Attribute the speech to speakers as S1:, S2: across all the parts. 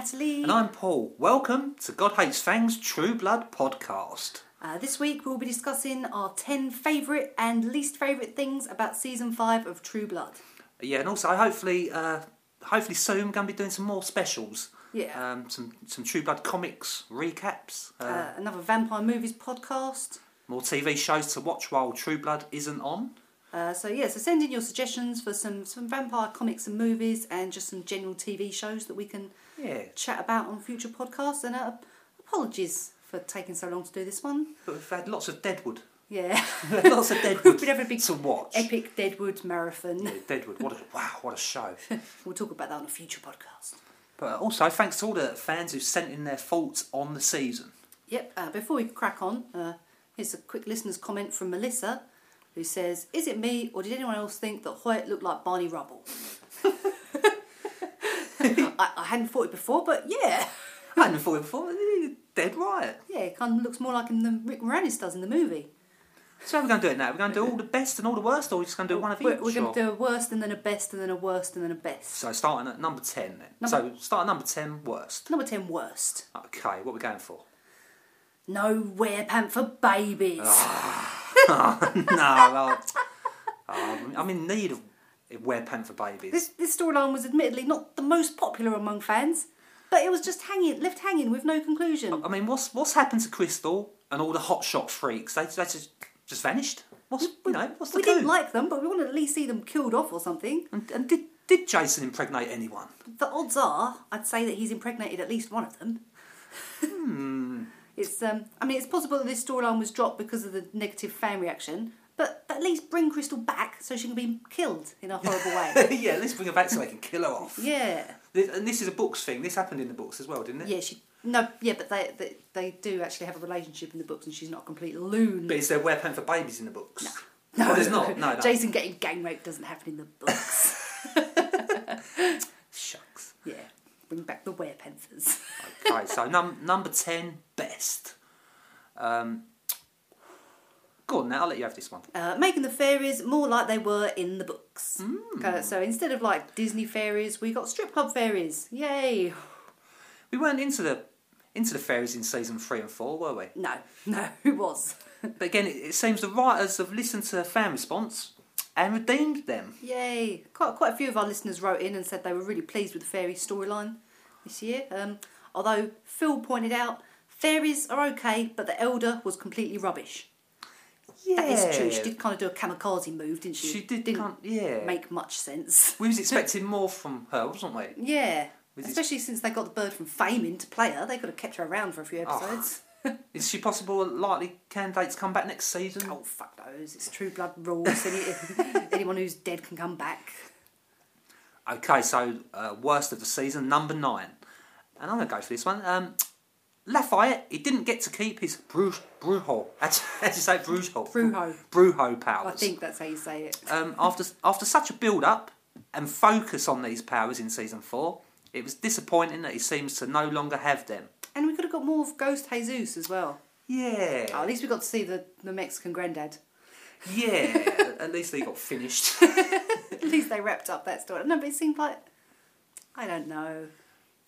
S1: I'm Paul. Welcome to God Hates Fangs True Blood podcast.
S2: Uh, this week we'll be discussing our 10 favourite and least favourite things about season 5 of True Blood.
S1: Yeah, and also hopefully, uh, hopefully soon, we're going to be doing some more specials.
S2: Yeah.
S1: Um, some some True Blood comics recaps. Uh,
S2: Uh, another vampire movies podcast.
S1: more TV shows to watch while True Blood isn't on.
S2: Uh, so yeah, so send in your suggestions for some, some vampire comics and movies and just some general TV shows that we can
S1: Yeah.
S2: chat about on future podcasts. And uh, apologies for taking so long to do this one.
S1: But we've had lots of Deadwood.
S2: Yeah,
S1: lots of Deadwood
S2: We'd have a big
S1: to watch.
S2: epic Deadwood marathon.
S1: Yeah, Deadwood. What a wow! What a show.
S2: We'll talk about that on a future podcast.
S1: But also thanks to all the fans who sent in their thoughts on the season.
S2: Yep. Uh, before we crack on, uh, here's a quick listener's comment from Melissa, who says, "Is it me, or did anyone else think that Hoyt looked like Barney Rubble?" I, I hadn't thought it before, but yeah,
S1: I hadn't thought it before. eh, Dead right.
S2: yeah, it kind of looks more like him than Rick Moranis does in the movie.
S1: So how are we going to do it now? We're going to do all the best and all the worst, or we're just going to do one of each.
S2: We're, we're
S1: or-
S2: going to do a worst, and then a best, and then a worst, and then a best.
S1: So starting at number ten then.
S2: Number-
S1: So start at number ten worst.
S2: Number ten, worst.
S1: Okay, what are we going for?
S2: No wearpant for babies.
S1: Ah. no, well, um, I'm in need of a wear pant for babies.
S2: This this storyline was admittedly not the most popular among fans, but it was just hanging, left hanging with no conclusion.
S1: I mean, what's what's happened to Crystal and all the hotshot freaks? They, they just just vanished. What's you know? What's the
S2: we
S1: coup?
S2: didn't like them, but we want to at least see them killed off or something.
S1: and, and did did Jason impregnate anyone?
S2: The odds are, I'd say that he's impregnated at least one of them.
S1: Hmm.
S2: It's, um, I mean, it's possible that this storyline was dropped because of the negative fan reaction, but at least bring Crystal back so she can be killed in a horrible way.
S1: yeah, let's bring her back so they can kill her off.
S2: Yeah,
S1: This- And this is a books thing. This happened in the books as well, didn't it?
S2: yeah, she. No, yeah, but they, they they do actually have a relationship in the books, and she's not a complete loon.
S1: But is there wear pant for babies in the books?
S2: No,
S1: Oh, there's not. No, no.
S2: Jason getting gang raped doesn't happen in the books.
S1: Shucks.
S2: yeah, bring back the werepanthers.
S1: Okay, so num- number 10, best. Um, go on now, I'll let you have this one.
S2: uh, making the fairies more like they were in the books.
S1: Mm.
S2: Uh, so instead of like Disney fairies, we got strip club fairies. Yay!
S1: We weren't into the into the fairies in season three and four, were we?
S2: No, no, who was?
S1: But again, it, it seems the writers have listened to fan response and redeemed them.
S2: Yay! Quite quite a few of our listeners wrote in and said they were really pleased with the fairy storyline this year. Um, although Phil pointed out fairies are okay, but the elder was completely rubbish. That is true. She did kind of do a kamikaze move, didn't she?
S1: She did.
S2: Didn't
S1: kind- yeah.
S2: make much sense.
S1: we was expecting more from her, wasn't we?
S2: Yeah.
S1: Was it-
S2: Especially since they got the bird from Fame in to play her, they could have kept her around for a few
S1: Oh.
S2: episodes.
S1: Is she possible a likely candidate to come back next season?
S2: Oh fuck those! It's True Blood rules. Any, anyone who's dead can come back.
S1: Okay, so uh, worst of the season, number nine. And I'm going to go for this one. Um, Lafayette, he didn't get to keep his Bruges, Brujo. How do how do you say it? Brujo?
S2: Brujo.
S1: Brujo
S2: I
S1: powers.
S2: think that's how you say it.
S1: Um, after, after such a build up and focus on these powers in season four, it was disappointing that he seems to no longer have them.
S2: And we could have got more of Ghost Jesus as well.
S1: Yeah.
S2: Oh, at least we got to see the, the Mexican granddad.
S1: Yeah. At least they got finished.
S2: At least they wrapped up that story. No, but it seemed like I don't know.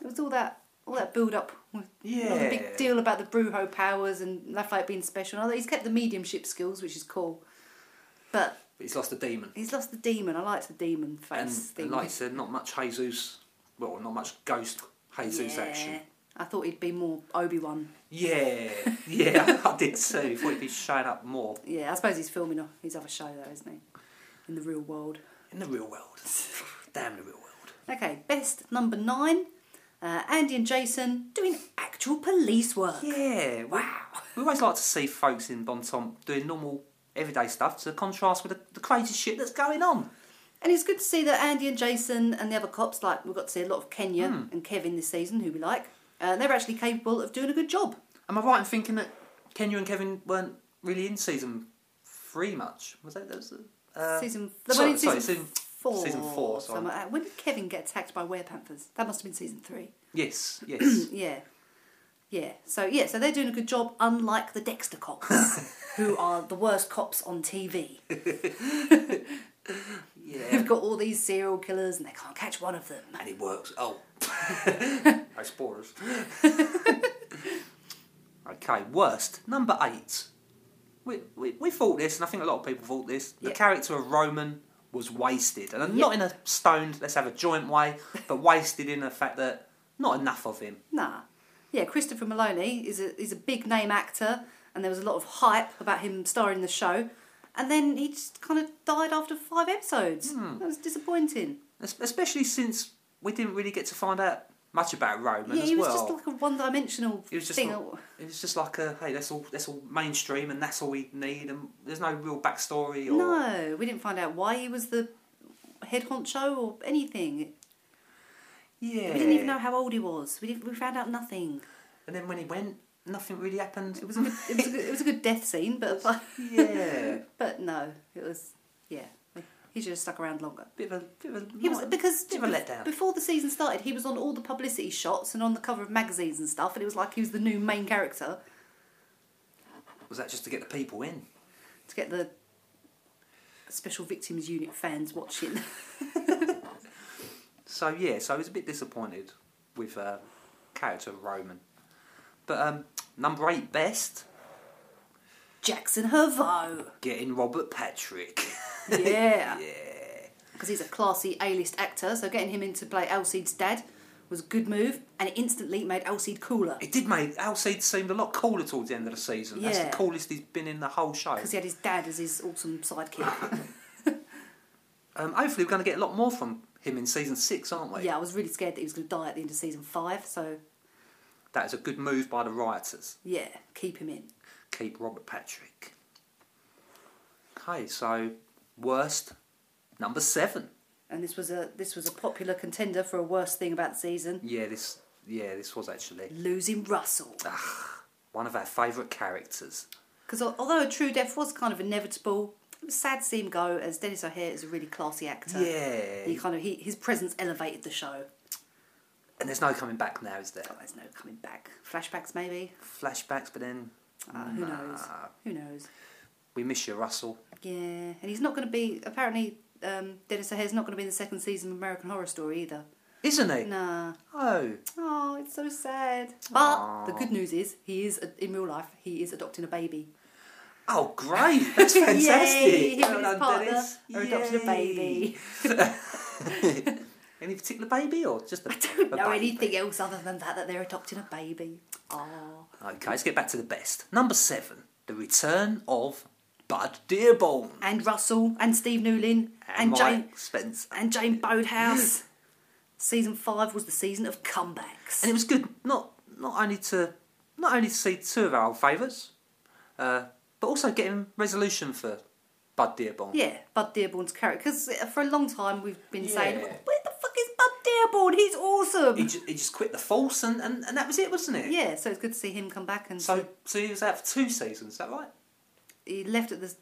S2: It was all that all that build up. with all the
S1: Yeah.
S2: big deal about the Brujo powers and Lafayette being special. And all that. he's kept the mediumship skills, which is cool. But
S1: He's lost a demon.
S2: he's lost the demon. I liked the demon face
S1: And,
S2: thing.
S1: and like I said, not much Jesus, well, not much ghost Jesus
S2: Yeah.
S1: action.
S2: I thought he'd be more Obi Wan.
S1: Yeah, yeah, I did too. Thought he'd be showing up more
S2: Yeah, I suppose he's filming a- his other show though, isn't he? In the real world.
S1: in the real world. Damn the real world.
S2: Okay, best number nine. Uh, Andy and Jason doing actual police work.
S1: Yeah, wow. We always like to see folks in Bon Tom doing normal, everyday stuff to contrast with the, the crazy shit that's going on.
S2: And it's good to see that Andy and Jason and the other cops, like we got to see a lot of Kenya
S1: Hmm.
S2: and Kevin this season, who we like, uh, they're actually capable of doing a good job.
S1: Am I right in thinking that Kenya and Kevin weren't really in season three much? Was that? that was, uh,
S2: season the
S1: sorry,
S2: one in season,
S1: sorry, season-
S2: four.
S1: season four, sorry.
S2: something like that. When did Kevin get attacked by werepanthers? That must have been season three.
S1: yes, yes.
S2: Yeah. Yeah. So yeah, so they're doing a good job, unlike the Dexter cops, who are the worst cops on TV.
S1: yeah.
S2: They've got all these serial killers and they can't catch one of them.
S1: And it works. Oh. They spoilers. okay, worst number eight. We, we we thought this, and I think a lot of people thought this. The
S2: Yeah.
S1: character of Roman was wasted, and
S2: Yeah.
S1: not in a stoned, let's have a joint way, but wasted in the fact that not enough of him.
S2: Nah. Yeah, Christopher Maloney is a is a big name actor, and there was a lot of hype about him starring the show, and then he just kind of died after five episodes.
S1: Hmm.
S2: That was disappointing.
S1: Es- especially since we didn't really get to find out much about Roman
S2: yeah,
S1: as
S2: he was
S1: well.
S2: just like a one-dimensional
S1: He was just
S2: thing.
S1: like- it was just like a hey, that's all that's all mainstream, and that's all we need, and there's no real backstory or
S2: No, we didn't find out why he was the head honcho or anything.
S1: yeah.
S2: We didn't even know how old he was. We didn't, we found out nothing.
S1: And then when he went, nothing really happened.
S2: It was a good, it was a good, it was a good death scene, but apart-
S1: yeah,
S2: but no, it was yeah. He should have stuck around longer.
S1: bit of a bit of a,
S2: He was
S1: not-
S2: because
S1: bit of a
S2: bef-
S1: letdown.
S2: before the season started, he was on all the publicity shots and on the cover of magazines and stuff, and it was like he was the new main character
S1: was that just to get the people in?
S2: to get the special victims unit fans watching.
S1: So yeah, so I was a bit disappointed with uh, character Roman, but um, number eight best
S2: Jackson
S1: Oh,
S2: Hervo,
S1: getting Robert Patrick.
S2: yeah,
S1: yeah.
S2: because he's a classy A-list actor, so getting him in to play Alcide's dad was a good move, and it instantly made Alcide cooler
S1: It did, mate. Alcide seemed a lot cooler towards the end of the season. That's
S2: Yeah.
S1: the coolest he's been in the whole show.
S2: because he had his dad as his awesome sidekick.
S1: Um, hopefully, we're going to get a lot more from him in season six, aren't we?
S2: yeah, I was really scared that he was going to die at the end of season five, so
S1: That is a good move by the rioters.
S2: yeah, keep him in.
S1: Keep Robert Patrick. Okay, so worst number seven.
S2: and this was a this was a popular contender for a worst thing about the season.
S1: Yeah, this. Yeah, this was actually
S2: Losing Russell,
S1: Ah. one of our favourite characters.
S2: because although a true death was kind of inevitable, it was sad to see him go. As Dennis O'Hare is a really classy actor.
S1: Yeah.
S2: he kind of he, his presence elevated the show.
S1: And there's no coming back now, is there?
S2: But there's no coming back. Flashbacks maybe.
S1: Flashbacks, but then
S2: Uh, Who knows? Who knows?
S1: we miss you, Russell.
S2: Yeah, and he's not going to be apparently. Um, Dennis O'Hare's not going to be in the second season of American Horror Story either.
S1: Isn't he?
S2: Nah.
S1: Oh.
S2: Oh, it's so sad. But the good news is, he is in real life. He is adopting a baby.
S1: Oh, great! That's fantastic.
S2: Yay, him and his
S1: Well done,
S2: partner
S1: Dennis.
S2: are adopting a baby.
S1: Yay. Any particular baby or just a,
S2: I don't
S1: a
S2: know
S1: baby?
S2: anything else other than that that they're adopting a baby. Oh,
S1: Okay, let's get back to the best. Number seven, the return of Bud Dearborn
S2: and Russell and Steve Newlin and, Jane
S1: Mike Spence.
S2: and Jane Bodehouse. season five was the season of comebacks.
S1: And it was good not not only to not only to see two of our old favourites, uh, but also getting resolution for Bud Dearborn.
S2: yeah, Bud Dearborn's character. Because for a long time we've been saying,
S1: Yeah.
S2: "Where the fuck is Bud Dearborn? He's awesome."
S1: He, just, he just quit the force and, and, and that was it, wasn't it?
S2: yeah, so it's good to see him come back and
S1: So so he was out for two seasons. Is that right?
S2: he left at the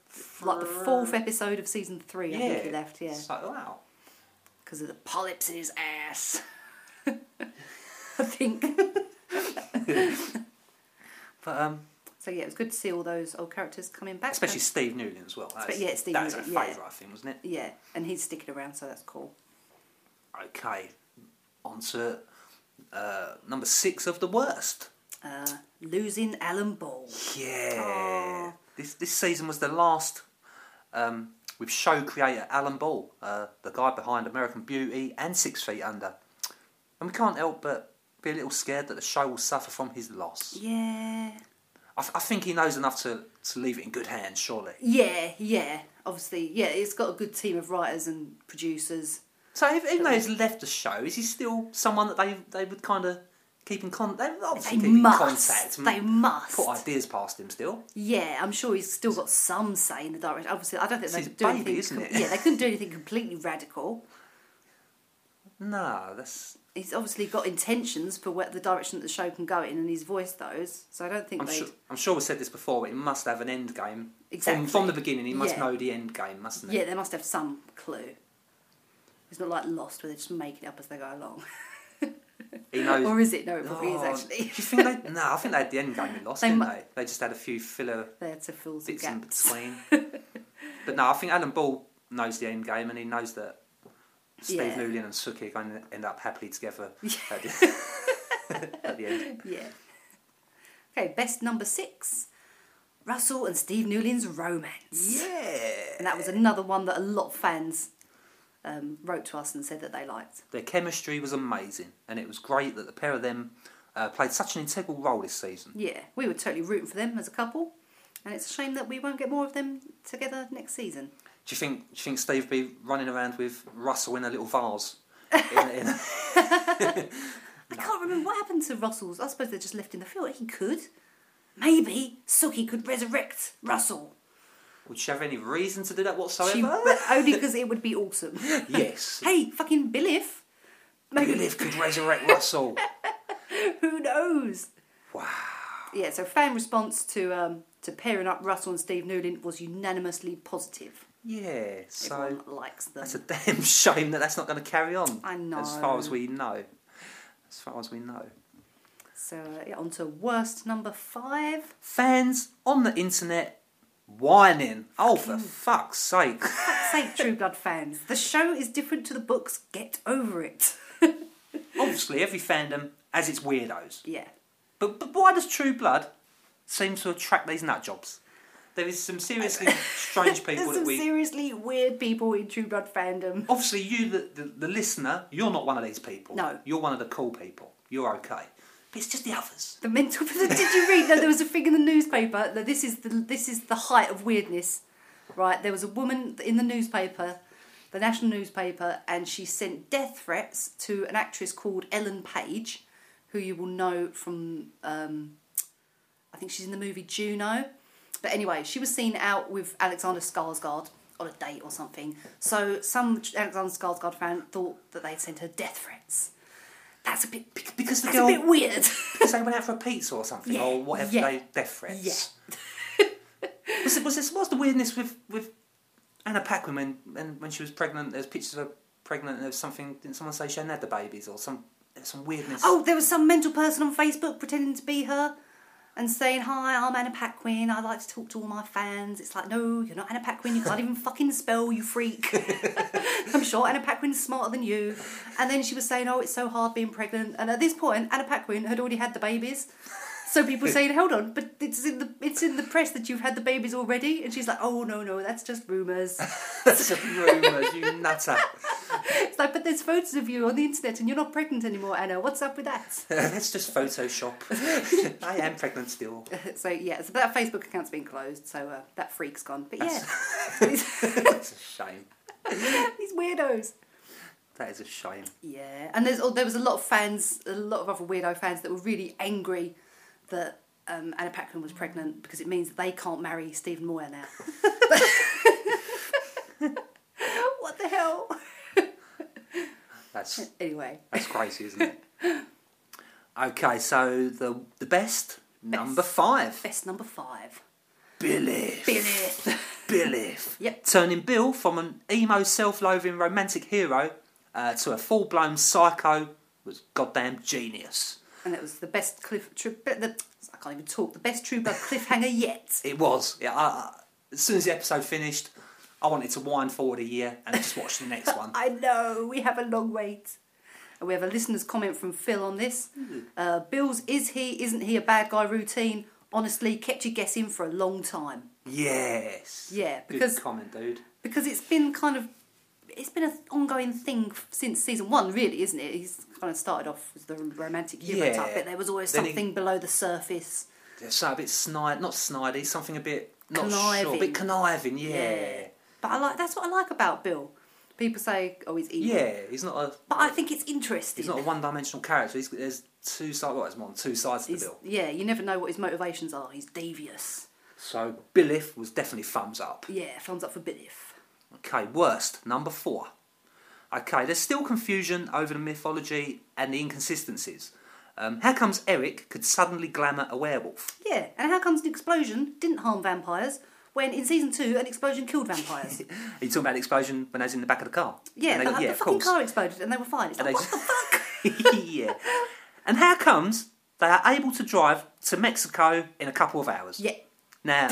S2: like the fourth episode of season three. I think he left. Yeah,
S1: It's like wow.
S2: because of the polyps in his ass. I think.
S1: But um,
S2: So yeah, it was good to see all those old characters coming back.
S1: especially Steve Newlin as well. That's,
S2: yeah, Steve
S1: that was
S2: Newlin,
S1: our
S2: yeah.
S1: favourite, I think, wasn't it?
S2: yeah, and he's sticking around, so that's cool.
S1: Okay, on to uh, number six of the worst.
S2: Uh, losing Alan Ball.
S1: Yeah,
S2: Aw.
S1: Ah. this this season was the last um, with show creator Alan Ball, uh, the guy behind American Beauty and Six Feet Under, and we can't help but be a little scared that the show will suffer from his loss.
S2: Yeah,
S1: I, th- I think he knows enough to, to leave it in good hands, surely.
S2: yeah, yeah. Obviously, yeah, it's got a good team of writers and producers.
S1: So if- even though he's left the show, is he still someone that they they would kind of keep in contact? They
S2: They
S1: obviously keep
S2: must.
S1: in contact. and
S2: They must.
S1: put ideas past him still.
S2: Yeah, I'm sure he's still got some say in the direction. Obviously, I don't think
S1: It's
S2: they
S1: his
S2: could do
S1: baby,
S2: anything.
S1: isn't it?
S2: Yeah, they couldn't do anything completely radical.
S1: No, that's.
S2: He's obviously got intentions for what the direction that the show can go in, and he's voiced those. So I don't think
S1: I'm
S2: they.
S1: sure. I'm sure we said this before. But it must have an end game.
S2: Exactly.
S1: From, from the beginning, he must
S2: Yeah.
S1: know the end game, mustn't he?
S2: Yeah, they must have some clue. It's not like Lost where they just make it up as they go along.
S1: He knows.
S2: or is it? No, it probably
S1: Oh,
S2: is
S1: Do you
S2: actually.
S1: think they? No, I think they had the end game in Lost,
S2: They
S1: didn't
S2: mu-
S1: they? They just had a few filler
S2: there to fill some
S1: bits in
S2: gaps.
S1: between. but no, I think Alan Ball knows the end game, and he knows that Steve
S2: Yeah.
S1: Newlin and Suki are going to end up happily together. at the- at the end.
S2: yeah. Okay, best number six Russell and Steve Newlin's romance.
S1: Yeah.
S2: And that was another one that a lot of fans um, wrote to us and said that they liked.
S1: Their chemistry was amazing, and it was great that the pair of them uh, played such an integral role this season.
S2: Yeah, we were totally rooting for them as a couple. And it's a shame that we won't get more of them together next season.
S1: Do you think? Do you think Steve be running around with Russell in a little vase? in, in,
S2: I can't remember what happened to Russell's. I suppose they're just left in the field. He could. Maybe Suki could resurrect Russell.
S1: would she have any reason to do that
S2: She,
S1: whatsoever?
S2: but only because it would be awesome.
S1: yes.
S2: hey, fucking Bilif. Maybe
S1: Lilith could resurrect Russell.
S2: Who knows?
S1: Wow.
S2: Yeah, so fan response to um, to pairing up Russell and Steve Newland was unanimously positive.
S1: Yeah. So.
S2: Everyone likes them.
S1: That's a damn shame that that's not going to carry on.
S2: I know.
S1: As far as we know. As far as we know.
S2: So uh, yeah, on to worst number five.
S1: Fans on the internet whining. Oh, for fuck's sake.
S2: Say True Blood fans, the show is different to the books. Get over it.
S1: Obviously, every fandom has its weirdos.
S2: yeah,
S1: But, but why does True Blood seem to attract these nut jobs? There is some seriously strange people
S2: there's
S1: that
S2: some
S1: we.
S2: seriously weird people in True Blood fandom.
S1: Obviously, you, the, the, the listener, you're not one of these people.
S2: No.
S1: You're one of the cool people. You're okay. But it's just the others.
S2: The mental. Did you read that there was a thing in the newspaper? That this is the this is the height of weirdness, right? There was a woman in the newspaper, the national newspaper, and she sent death threats to an actress called Ellen Page, who you will know from. Um, I think she's in the movie Juno. But anyway, she was seen out with Alexander Skarsgård on a date or something. So some Alexander Skarsgård fan thought that they'd sent her death threats. That's a bit.
S1: Because the
S2: That's a
S1: girl.
S2: bit weird.
S1: Because they went out for a pizza or something,
S2: Yeah,
S1: or whatever
S2: yeah,
S1: they death threats. was, it, was this what's the weirdness with with Anna Paquin when and when she was pregnant? There's pictures of her pregnant, and there was something. Didn't someone say she hadn't had the babies or some there's some weirdness?
S2: Oh, there was some mental person on Facebook pretending to be her and saying, Hi, I'm Anna Paquin. I like to talk to all my fans. It's like, No, you're not Anna Paquin. You can't even fucking spell, you freak. I'm sure Anna Paquin's smarter than you. And then she was saying, Oh, it's so hard being pregnant. And at this point, Anna Paquin had already had the babies. So people were saying, "Hold on, but it's in the it's in the press that you've had the babies already," and she's like, "Oh no, no, that's just rumours."
S1: That's just rumours, you nutter.
S2: it's like, "But there's photos of you on the internet, and you're not pregnant anymore, Anna. What's up with that?"
S1: That's just Photoshop. I am pregnant still.
S2: So yeah, so that Facebook account's been closed, so uh, that freak's gone. But yeah,
S1: That's a shame.
S2: these weirdos.
S1: That is a shame.
S2: Yeah, and there's oh, there was a lot of fans, a lot of other weirdo fans that were really angry that um, Anna Paquin was pregnant because it means that they can't marry Stephen Moyer now. what the hell?
S1: That's
S2: Anyway,
S1: that's crazy, isn't it? Okay, so the the best, number five,
S2: best number five,
S1: Billy.
S2: Billy.
S1: Billif.
S2: Yep.
S1: Turning Bill from an emo, self loathing romantic hero uh, to a full blown psycho was goddamn genius.
S2: and it was the best cliff. Tri- the, I can't even talk. The best True Blood cliffhanger yet.
S1: It was. Yeah, I, I, as soon as the episode finished, I wanted to wind forward a year and just watch the next one.
S2: I know, we have a long wait. And we have a listener's comment from Phil on this.
S1: Hmm.
S2: Uh, Bill's is he, isn't he a bad guy routine honestly kept you guessing for a long time.
S1: Yes.
S2: Yeah, because-
S1: Good comment, dude.
S2: Because it's been kind of, it's been an ongoing thing f- since season one, really, isn't it? He's kind of started off as the romantic hero
S1: Yeah.
S2: type, but there was always
S1: Then he-
S2: something below the surface.
S1: So a bit snide, not snidey, something a bit not sure, a
S2: Conniving.
S1: bit conniving. Yeah.
S2: But I like, that's what I like about Bill. People say, oh, he's
S1: Yeah,
S2: evil.
S1: he's not a
S2: But I think it's interesting.
S1: he's not a one dimensional character. He's, there's two sides. Well, there's more than two sides to
S2: He's-
S1: Bill.
S2: yeah, you never know what his motivations are. He's devious.
S1: So Billif was definitely thumbs up.
S2: Yeah, thumbs up for Bilif.
S1: Okay, worst, number four. Okay, there's still confusion over the mythology and the inconsistencies. Um, how comes Eric could suddenly glamour a werewolf?
S2: Yeah, and how comes an explosion didn't harm vampires when in season two an explosion killed vampires?
S1: Are you talking about the explosion when I was in the back of the car?
S2: yeah,
S1: And they
S2: the,
S1: go,
S2: the
S1: yeah, of
S2: fucking
S1: course.
S2: car exploded and they were fine. It's
S1: And
S2: like,
S1: they
S2: what the fuck?
S1: just- yeah. And how comes they are able to drive to Mexico in a couple of hours?
S2: Yeah,
S1: Now,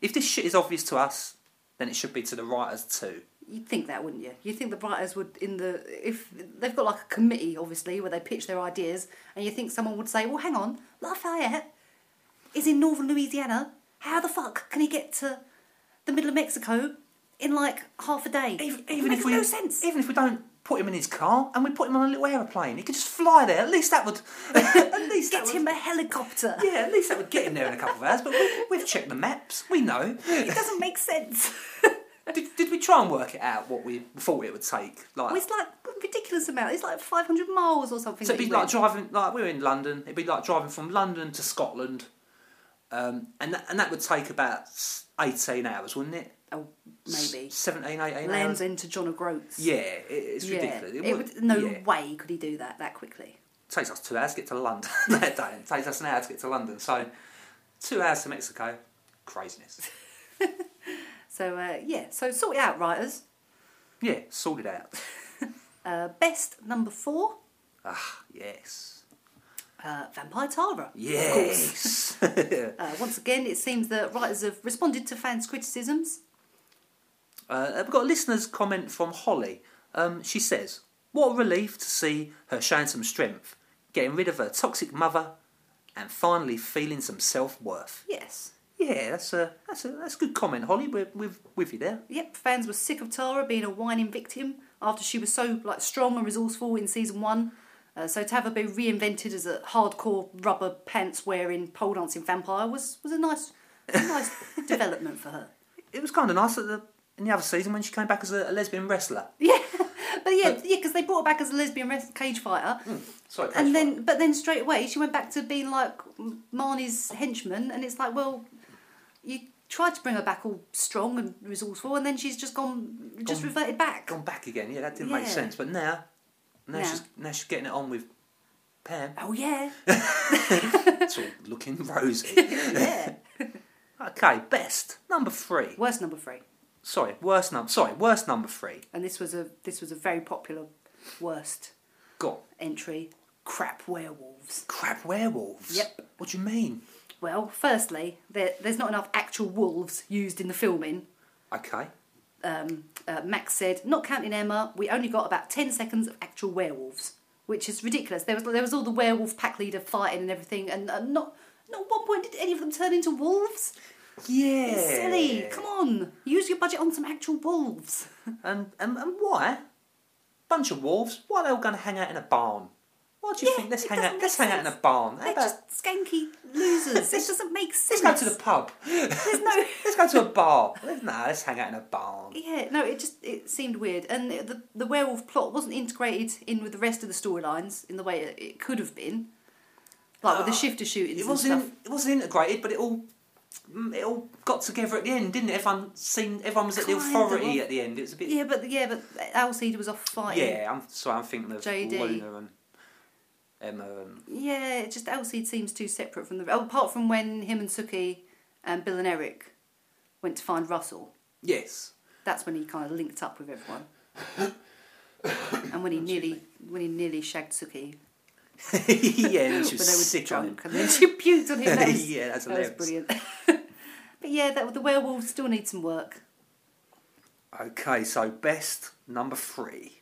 S1: if this shit is obvious to us, then it should be to the writers too.
S2: You'd think that, wouldn't you? You'd think the writers would, in the if they've got like a committee, obviously, where they pitch their ideas, and you think someone would say, "Well, hang on, Lafayette is in northern Louisiana. How the fuck can he get to the middle of Mexico in like half a day?
S1: Even,
S2: It
S1: even
S2: makes
S1: if we,
S2: no sense.
S1: even if we don't put him in his car and we put him on a little aeroplane, he could just fly there. At least that would, at least that
S2: get
S1: would,
S2: him a helicopter.
S1: Yeah, at least that would get him there in a couple of hours. But we, we've checked the maps. We know.
S2: It doesn't make sense.
S1: Did, did we try and work it out what we thought it would take? Like,
S2: Well, it's like a ridiculous amount. It's like 500 miles or something.
S1: so
S2: that
S1: it'd be
S2: you
S1: like
S2: went.
S1: driving. Like we were in London. It'd be like driving from London to Scotland, um, and that, and that would take about s- eighteen hours, wouldn't it?
S2: oh,
S1: S-
S2: maybe.
S1: 17, 18
S2: Lands
S1: hours.
S2: into John O'Groats.
S1: Yeah, it, it's
S2: Yeah.
S1: ridiculous.
S2: It would, no
S1: yeah.
S2: way could he do that that quickly.
S1: takes us two hours to get to London that day. It takes us an hour to get to London. So two hours to Mexico, craziness.
S2: So, uh, yeah, so sort it out, writers.
S1: Yeah, sorted out.
S2: Uh, best number four,
S1: Ah, yes.
S2: uh, Vampire Tara.
S1: Yes. uh,
S2: Uh, once again, it seems that writers have responded to fans' criticisms.
S1: I've Uh, got a listener's comment from Holly. Um, she says, What a relief to see her showing some strength, getting rid of her toxic mother, and finally feeling some self worth.
S2: Yes.
S1: Yeah, that's a, that's a that's a good comment, Holly. We're, we're with you there.
S2: Yep, fans were sick of Tara being a whining victim after she was so like strong and resourceful in season one. Uh, so to have her be reinvented as a hardcore rubber pants wearing pole dancing vampire was, was a nice a nice development for her.
S1: It was kind of nice that the, in the other season when she came back as a, a lesbian wrestler.
S2: Yeah, but yeah, yeah, because they brought her back as a lesbian wres- cage fighter,
S1: Sorry,
S2: and then but then straight away she went back to being like M- Marnie's henchman, and it's like, well, you tried to bring her back all strong and resourceful, and then she's just gone, just
S1: Gone-
S2: reverted back.
S1: gone back again. Yeah, that didn't make
S2: Yeah.
S1: sense. But now, now
S2: Now.
S1: she's now she's getting it on with Pam.
S2: Oh yeah,
S1: It's all looking rosy.
S2: yeah.
S1: okay, best number three.
S2: Worst number three,
S1: Sorry, worst number. Sorry, worst number three.
S2: and this was a this was a very popular worst
S1: Got
S2: entry. Crap werewolves.
S1: crap werewolves.
S2: Yep.
S1: What do you mean?
S2: Well, firstly, there, there's not enough actual wolves used in the filming.
S1: Okay.
S2: Um, uh, Max said, not counting Emma, we only got about ten seconds of actual werewolves, which is ridiculous. There was there was all the werewolf pack leader fighting and everything, and uh, not not at one point did any of them turn into wolves.
S1: Yeah.
S2: It's silly. Come on, use your budget on some actual wolves.
S1: And and, and why? Bunch of wolves. Why are they all going to hang out in a barn? Why do you
S2: Yeah,
S1: think let's
S2: it
S1: hang
S2: doesn't
S1: out? Let's
S2: make
S1: hang out in a
S2: sense.
S1: barn. How
S2: They're
S1: about-
S2: just skanky losers. this doesn't make sense.
S1: let's go to the pub.
S2: There's no.
S1: let's go to a bar. Let's- Nah, let's hang out in a barn.
S2: Yeah, no, it just it seemed weird, and the the werewolf plot wasn't integrated in with the rest of the storylines in the way it, it could have been, like with the shifter shootings
S1: Ah, It
S2: and stuff.
S1: wasn't. It wasn't integrated, but it all. mm, It all got together at the end, didn't it? Everyone seemed. Everyone was at the
S2: Kind of.
S1: authority at the end. It was a bit. Yeah,
S2: Yeah, but yeah, but Alcide was off fighting.
S1: I'm sorry. I'm thinking of
S2: JD.
S1: Luna and Emma and.
S2: yeah. it Just Alcide seems too separate from the. oh, Apart from when him and Suki and Bill and Eric went to find Russell,
S1: Yes.
S2: that's when he kind of linked up with everyone. and
S1: Oh,
S2: when he nearly when he nearly shagged Suki,
S1: yeah, and she
S2: but they
S1: was
S2: were
S1: sick on him.
S2: drunk, and then she puked on him. That was-
S1: yeah, that's
S2: That was
S1: hilarious.
S2: brilliant. but yeah, that, the werewolves still need some work.
S1: Okay, so best number three,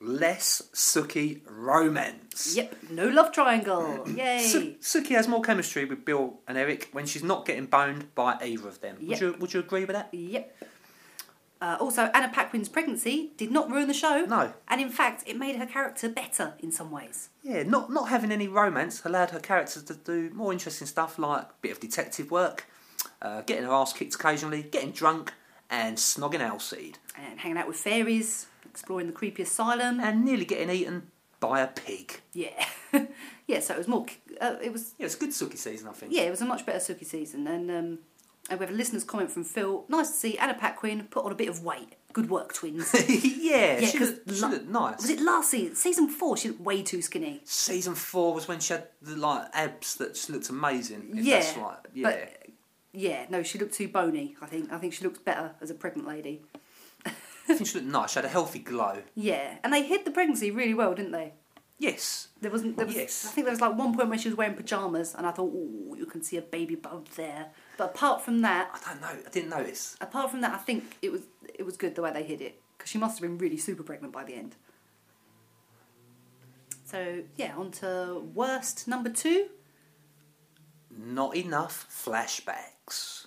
S1: less Suki romance.
S2: Yep, no love triangle. Yay.
S1: Su- Suki has more chemistry with Bill and Eric when she's not getting boned by either of them. Would
S2: Yep.
S1: you Would you agree with that?
S2: yep. Uh, also, Anna Paquin's pregnancy did not ruin the show.
S1: No.
S2: And in fact, it made her character better in some ways.
S1: Yeah, not not having any romance allowed her character to do more interesting stuff like a bit of detective work, uh, getting her ass kicked occasionally, getting drunk, and snogging Alcide,
S2: And hanging out with fairies, exploring the creepy asylum.
S1: and nearly getting eaten by a pig.
S2: yeah. yeah, so it was more. Uh, it was
S1: Yeah, it's a good Suki season, I think.
S2: Yeah, it was a much better Suki season. And, um, and we have a listener's comment from Phil. Nice to see Anna Paquin put on a bit of weight. Good work, twins.
S1: yeah,
S2: Yeah,
S1: she,
S2: 'cause
S1: looked, she
S2: lo-
S1: looked nice.
S2: was it last season? Season four, she looked way too skinny.
S1: Season four was when she had the like abs that just looked amazing. If
S2: yeah,
S1: that's right. Yeah.
S2: But, yeah, no, she looked too bony. I think I think she looks better as a pregnant lady.
S1: I think she looked nice. She had a healthy glow.
S2: Yeah, and they hid the pregnancy really well, didn't they?
S1: Yes.
S2: There wasn't. There was,
S1: Yes.
S2: I think there was like one point where she was wearing pajamas, and I thought, oh, you can see a baby bump there. But apart from that,
S1: I don't know. I didn't notice.
S2: apart from that, I think it was it was good the way they hid it because she must have been really super pregnant by the end. So yeah, on to worst number two.
S1: Not enough flashbacks.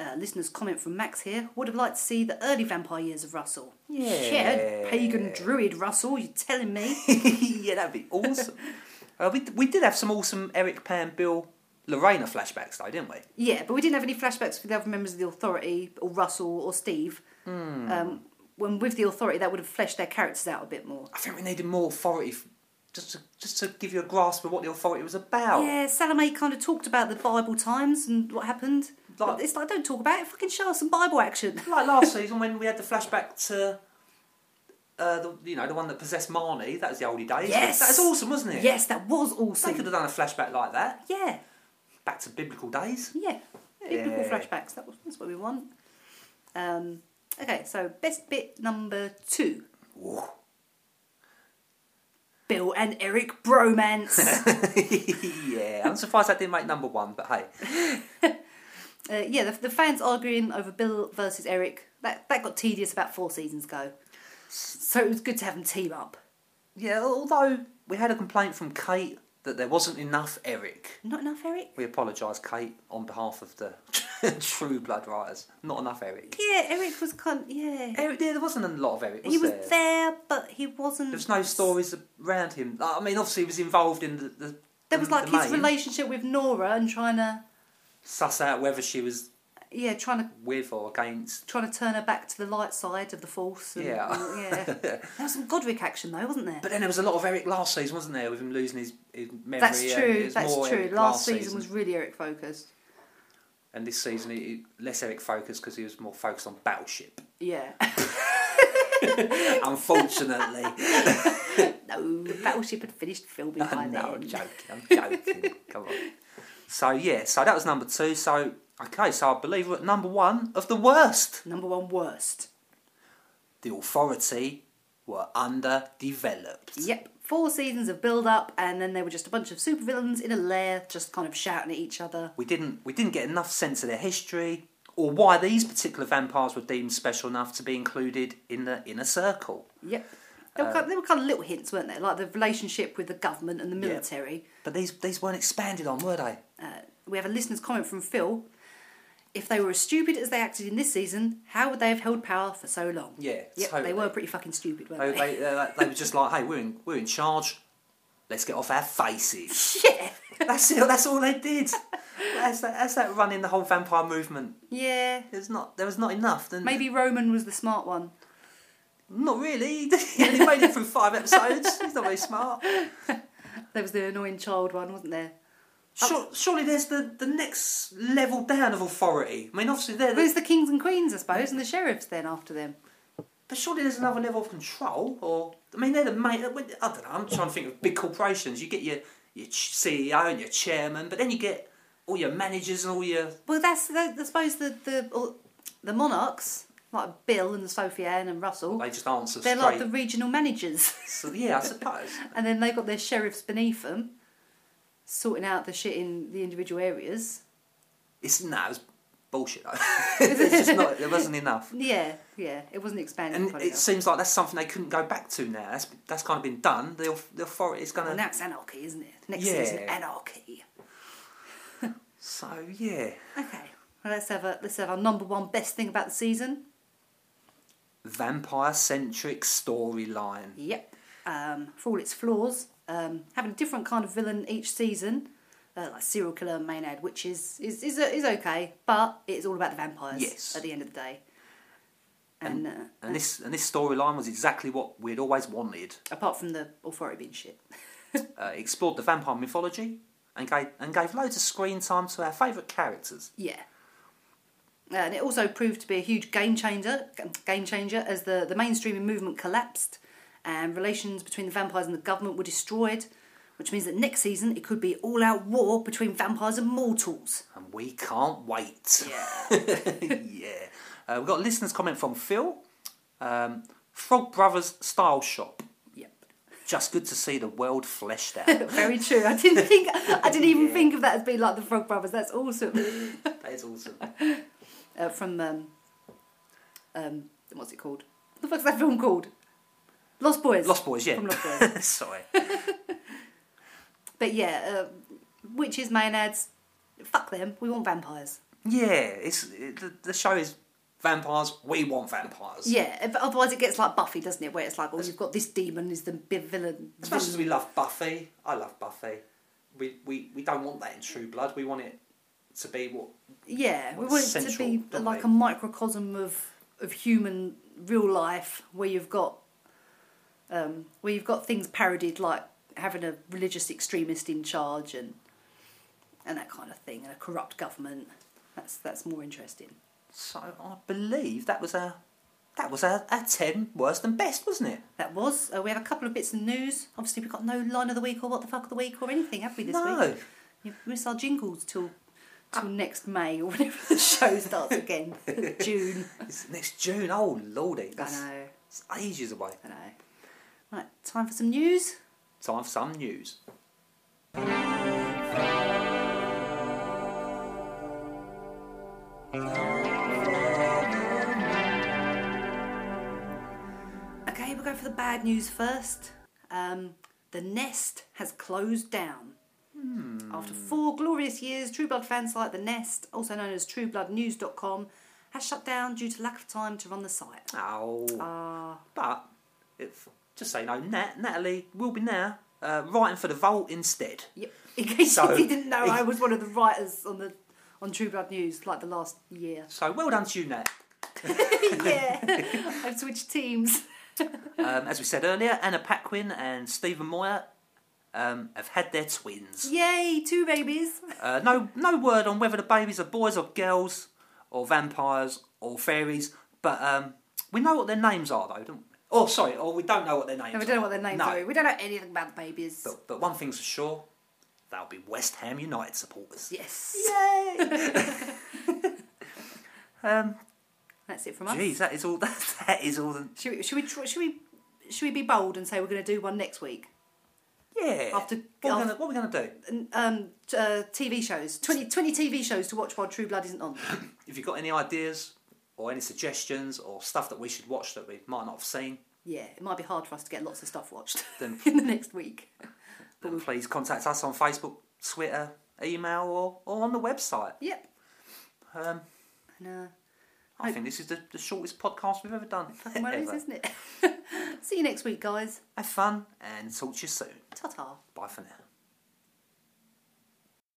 S2: Uh, listeners' comment from Max here would have liked to see the early vampire years of Russell.
S1: Yeah.
S2: Shit, pagan druid Russell, you're telling me?
S1: yeah, that'd be awesome. uh, we, we did have some awesome Eric, Pam, Bill, Lorena flashbacks though, didn't we?
S2: Yeah, but we didn't have any flashbacks with the other members of the authority, or Russell, or Steve. Um, when with the authority, that would have fleshed their characters out a bit more.
S1: I think we needed more authority, f- just to, just to give you a grasp of what the authority was about.
S2: Yeah, Salome kind of talked about the Bible times and what happened.
S1: Like-
S2: But it's like, don't talk about it, fucking show us some Bible action.
S1: Like last season when we had the flashback to. Uh, the, you know the one that possessed Marnie. That was the oldie days.
S2: Yes.
S1: that was awesome, wasn't it?
S2: Yes, that was
S1: they
S2: awesome.
S1: could have done a flashback like that,
S2: Yeah,
S1: back to biblical days.
S2: yeah. Biblical
S1: Yeah.
S2: flashbacks, that was, that's what we want. Um, okay, so best bit number two
S1: Whoa.
S2: Bill and Eric bromance.
S1: yeah, I'm surprised that didn't make number one, but hey,
S2: Uh, yeah, the, the fans arguing over Bill versus Eric. That that got tedious about four seasons ago. So it was good to have them team up.
S1: yeah. Although we had a complaint from Kate that there wasn't enough Eric.
S2: Not enough, Eric.
S1: We apologise, Kate, on behalf of the True Blood writers. Not enough Eric.
S2: Yeah, Eric was kind. Yeah,
S1: Eric, yeah, there wasn't a lot of Eric. Was
S2: he was
S1: there?
S2: there? but he wasn't.
S1: There was no stories around him. Like, I mean, obviously, he was involved in the. the
S2: There was
S1: the-
S2: like
S1: the
S2: his
S1: main.
S2: relationship with Nora and trying to
S1: Suss out whether she was
S2: yeah trying to
S1: with or against.
S2: trying to turn her back to the light side of the force. And,
S1: Yeah.
S2: and- yeah. there was some Godric action though, wasn't there?
S1: But then there was a lot of Eric last season, wasn't there? With him losing his, his memory.
S2: that's
S1: and it
S2: true.
S1: was
S2: That's
S1: more
S2: true.
S1: Eric
S2: Last, season, was really Eric focused.
S1: And this season, he, he- less Eric focused because he was more focused on Battleship.
S2: Yeah.
S1: Unfortunately.
S2: no, Battleship had finished filming by then.
S1: no, I'm joking. I'm joking. Come on. So, yeah, so that was number two. So, okay, so I believe we're at number one of the worst.
S2: Number one worst.
S1: The Authority were underdeveloped.
S2: Yep. Four seasons of build up, and then they were just a bunch of supervillains in a lair, just kind of shouting at each other.
S1: We didn't we didn't get enough sense of their history or why these particular vampires were deemed special enough to be included in the inner circle.
S2: Yep. They
S1: Uh,
S2: were, kind they were kind of little hints, weren't they? Like the relationship with the government and the military.
S1: But these these weren't expanded on, were they?
S2: Uh, we have a listener's comment from Phil. If they were as stupid as they acted in this season, how would they have held power for so long?
S1: Yeah,
S2: Yep,
S1: totally.
S2: they were pretty fucking stupid, weren't
S1: They,
S2: they?
S1: they, uh, they, they were just like, hey, we're in, we're in charge. Let's get off our faces.
S2: yeah.
S1: That's it. That's all they did. That's that, that's that running the whole vampire movement.
S2: Yeah.
S1: There's not there was not enough. Then
S2: Maybe Roman was the smart one.
S1: not really. he only made it through five episodes. He's not very smart.
S2: There was the annoying child one, wasn't there?
S1: Sure, surely there's the, the next level down of authority. I mean, obviously there.
S2: But it's the kings and queens, I suppose, and the sheriffs then after them.
S1: But surely there's another level of control, or I mean, they're the main. uh, I don't know. I'm trying to think of big corporations. You get your your ch- CEO and your chairman, but then you get all your managers and all your
S2: Well, that's the, I suppose the the or the monarchs like Bill and Sophiane and Russell.
S1: they just answer
S2: They're
S1: straight.
S2: like the regional managers,
S1: So yeah, I suppose.
S2: and then they got their sheriffs beneath them, sorting out the shit in the individual areas.
S1: It's no, it's bullshit though. it's just not. There wasn't enough,
S2: Yeah, yeah, it wasn't expanded.
S1: and
S2: upon
S1: it
S2: enough.
S1: seems like that's something they couldn't go back to now. That's that's kind of been done. The au- the authority is
S2: and
S1: going to.
S2: that's anarchy, isn't it? Next
S1: Yeah.
S2: season, anarchy.
S1: So yeah,
S2: Okay, well, let's have a let's have our number one best thing about the season.
S1: vampire centric storyline.
S2: Yep. Um, for all its flaws, um, having a different kind of villain each season, uh, like serial killer and Maynard, which is is, is uh, is okay, but it's all about the vampires
S1: Yes.
S2: at the end of the day. And, uh,
S1: And this and this storyline was exactly what we'd always wanted.
S2: apart from the authority being shit.
S1: uh, explored the vampire mythology and gave, and gave loads of screen time to our favourite characters.
S2: Yeah. And it also proved to be a huge game changer, game changer as the, the mainstreaming movement collapsed and relations between the vampires and the government were destroyed, which means that next season it could be all out war between vampires and mortals.
S1: And we can't wait.
S2: Yeah.
S1: yeah. Uh, we've got a listener's comment from Phil um, Frog Brothers Style Shop.
S2: yep.
S1: Just good to see the world fleshed out.
S2: Very true. I didn't think. I didn't even think of that as being like the Frog Brothers. That's awesome.
S1: that is awesome.
S2: Uh, from um, um, what's it called? What the fuck's that film called? Lost Boys.
S1: Lost Boys, yeah.
S2: From Lost Boys.
S1: Sorry.
S2: but yeah, uh, witches, maenads, fuck them. We want vampires.
S1: Yeah, it's it, the, the show is vampires. We want vampires.
S2: Yeah, but otherwise it gets like Buffy, doesn't it? Where it's like, oh, you've got this demon is the bi- villain.
S1: As much as we love Buffy, I love Buffy. We, we we don't want that in True Blood. We want it to be what
S2: Yeah, we
S1: Well,
S2: want it
S1: it's
S2: to be
S1: central, don't
S2: like
S1: they?
S2: a microcosm of of human real life, where you've got um, where you've got things parodied, like having a religious extremist in charge and and that kind of thing, and a corrupt government. That's that's more interesting.
S1: So I believe that was our that was our, our ten worst and best, wasn't it?
S2: That was. Uh, we have a couple of bits of news. Obviously, we've got no line of the week or what the fuck of the week or anything, have we this
S1: No.
S2: week? You miss our jingles till till next May or whenever the show starts again, June.
S1: It's next June. Oh lordy,
S2: I
S1: that's
S2: know.
S1: it's ages away.
S2: I know. Right, time for some news.
S1: Time for some news.
S2: Okay, we'll go for the bad news first. Um, the Nest has closed down. After four glorious years, True Blood fan site The Nest, also known as TrueBloodNews.com, has shut down due to lack of time to run the site.
S1: Oh,
S2: Ah,
S1: but if just say no, Nat, Natalie will be now uh, writing for the Vault instead.
S2: yep. In case
S1: So-
S2: you didn't know, I was one of the writers on the on True Blood News like the last year.
S1: So well done to you, Nat.
S2: yeah, I've switched teams.
S1: Um, as we said earlier, Anna Paquin and Stephen Moyer um, have had their twins.
S2: Yay, two babies.
S1: Uh, no, no word on whether the babies are boys or girls, or vampires or fairies. But um, we know what their names are, though, don't we? Oh, sorry, or we don't know what their names.
S2: No,
S1: are.
S2: we don't know what their names
S1: no.
S2: are. We don't know anything about the babies.
S1: But, but one thing's for sure, they'll be West Ham United supporters.
S2: Yes.
S1: Yay!
S2: That's it from us.
S1: Jeez, that is all. That, that is all. The,
S2: Should we, should we tr- should we should we be bold and say we're going to do one next week?
S1: yeah.
S2: After-
S1: what,
S2: after-
S1: are we gonna, what are we going to do?
S2: N- Um, t- uh, TV shows, 20, 20 TV shows to watch while True Blood isn't on.
S1: If you've got any ideas or any suggestions or stuff that we should watch that we might not have seen,
S2: Yeah, it might be hard for us to get lots of stuff watched
S1: Then-
S2: in the next week.
S1: then please contact us on Facebook, Twitter, email, or, or on the website.
S2: Yep.
S1: Um,
S2: And, uh,
S1: I think this is the, the shortest podcast we've ever done.
S2: fucking well, it is,
S1: Ever.
S2: isn't it? See you next week, guys.
S1: Have fun and talk to you soon.
S2: Ta ta.
S1: Bye for now.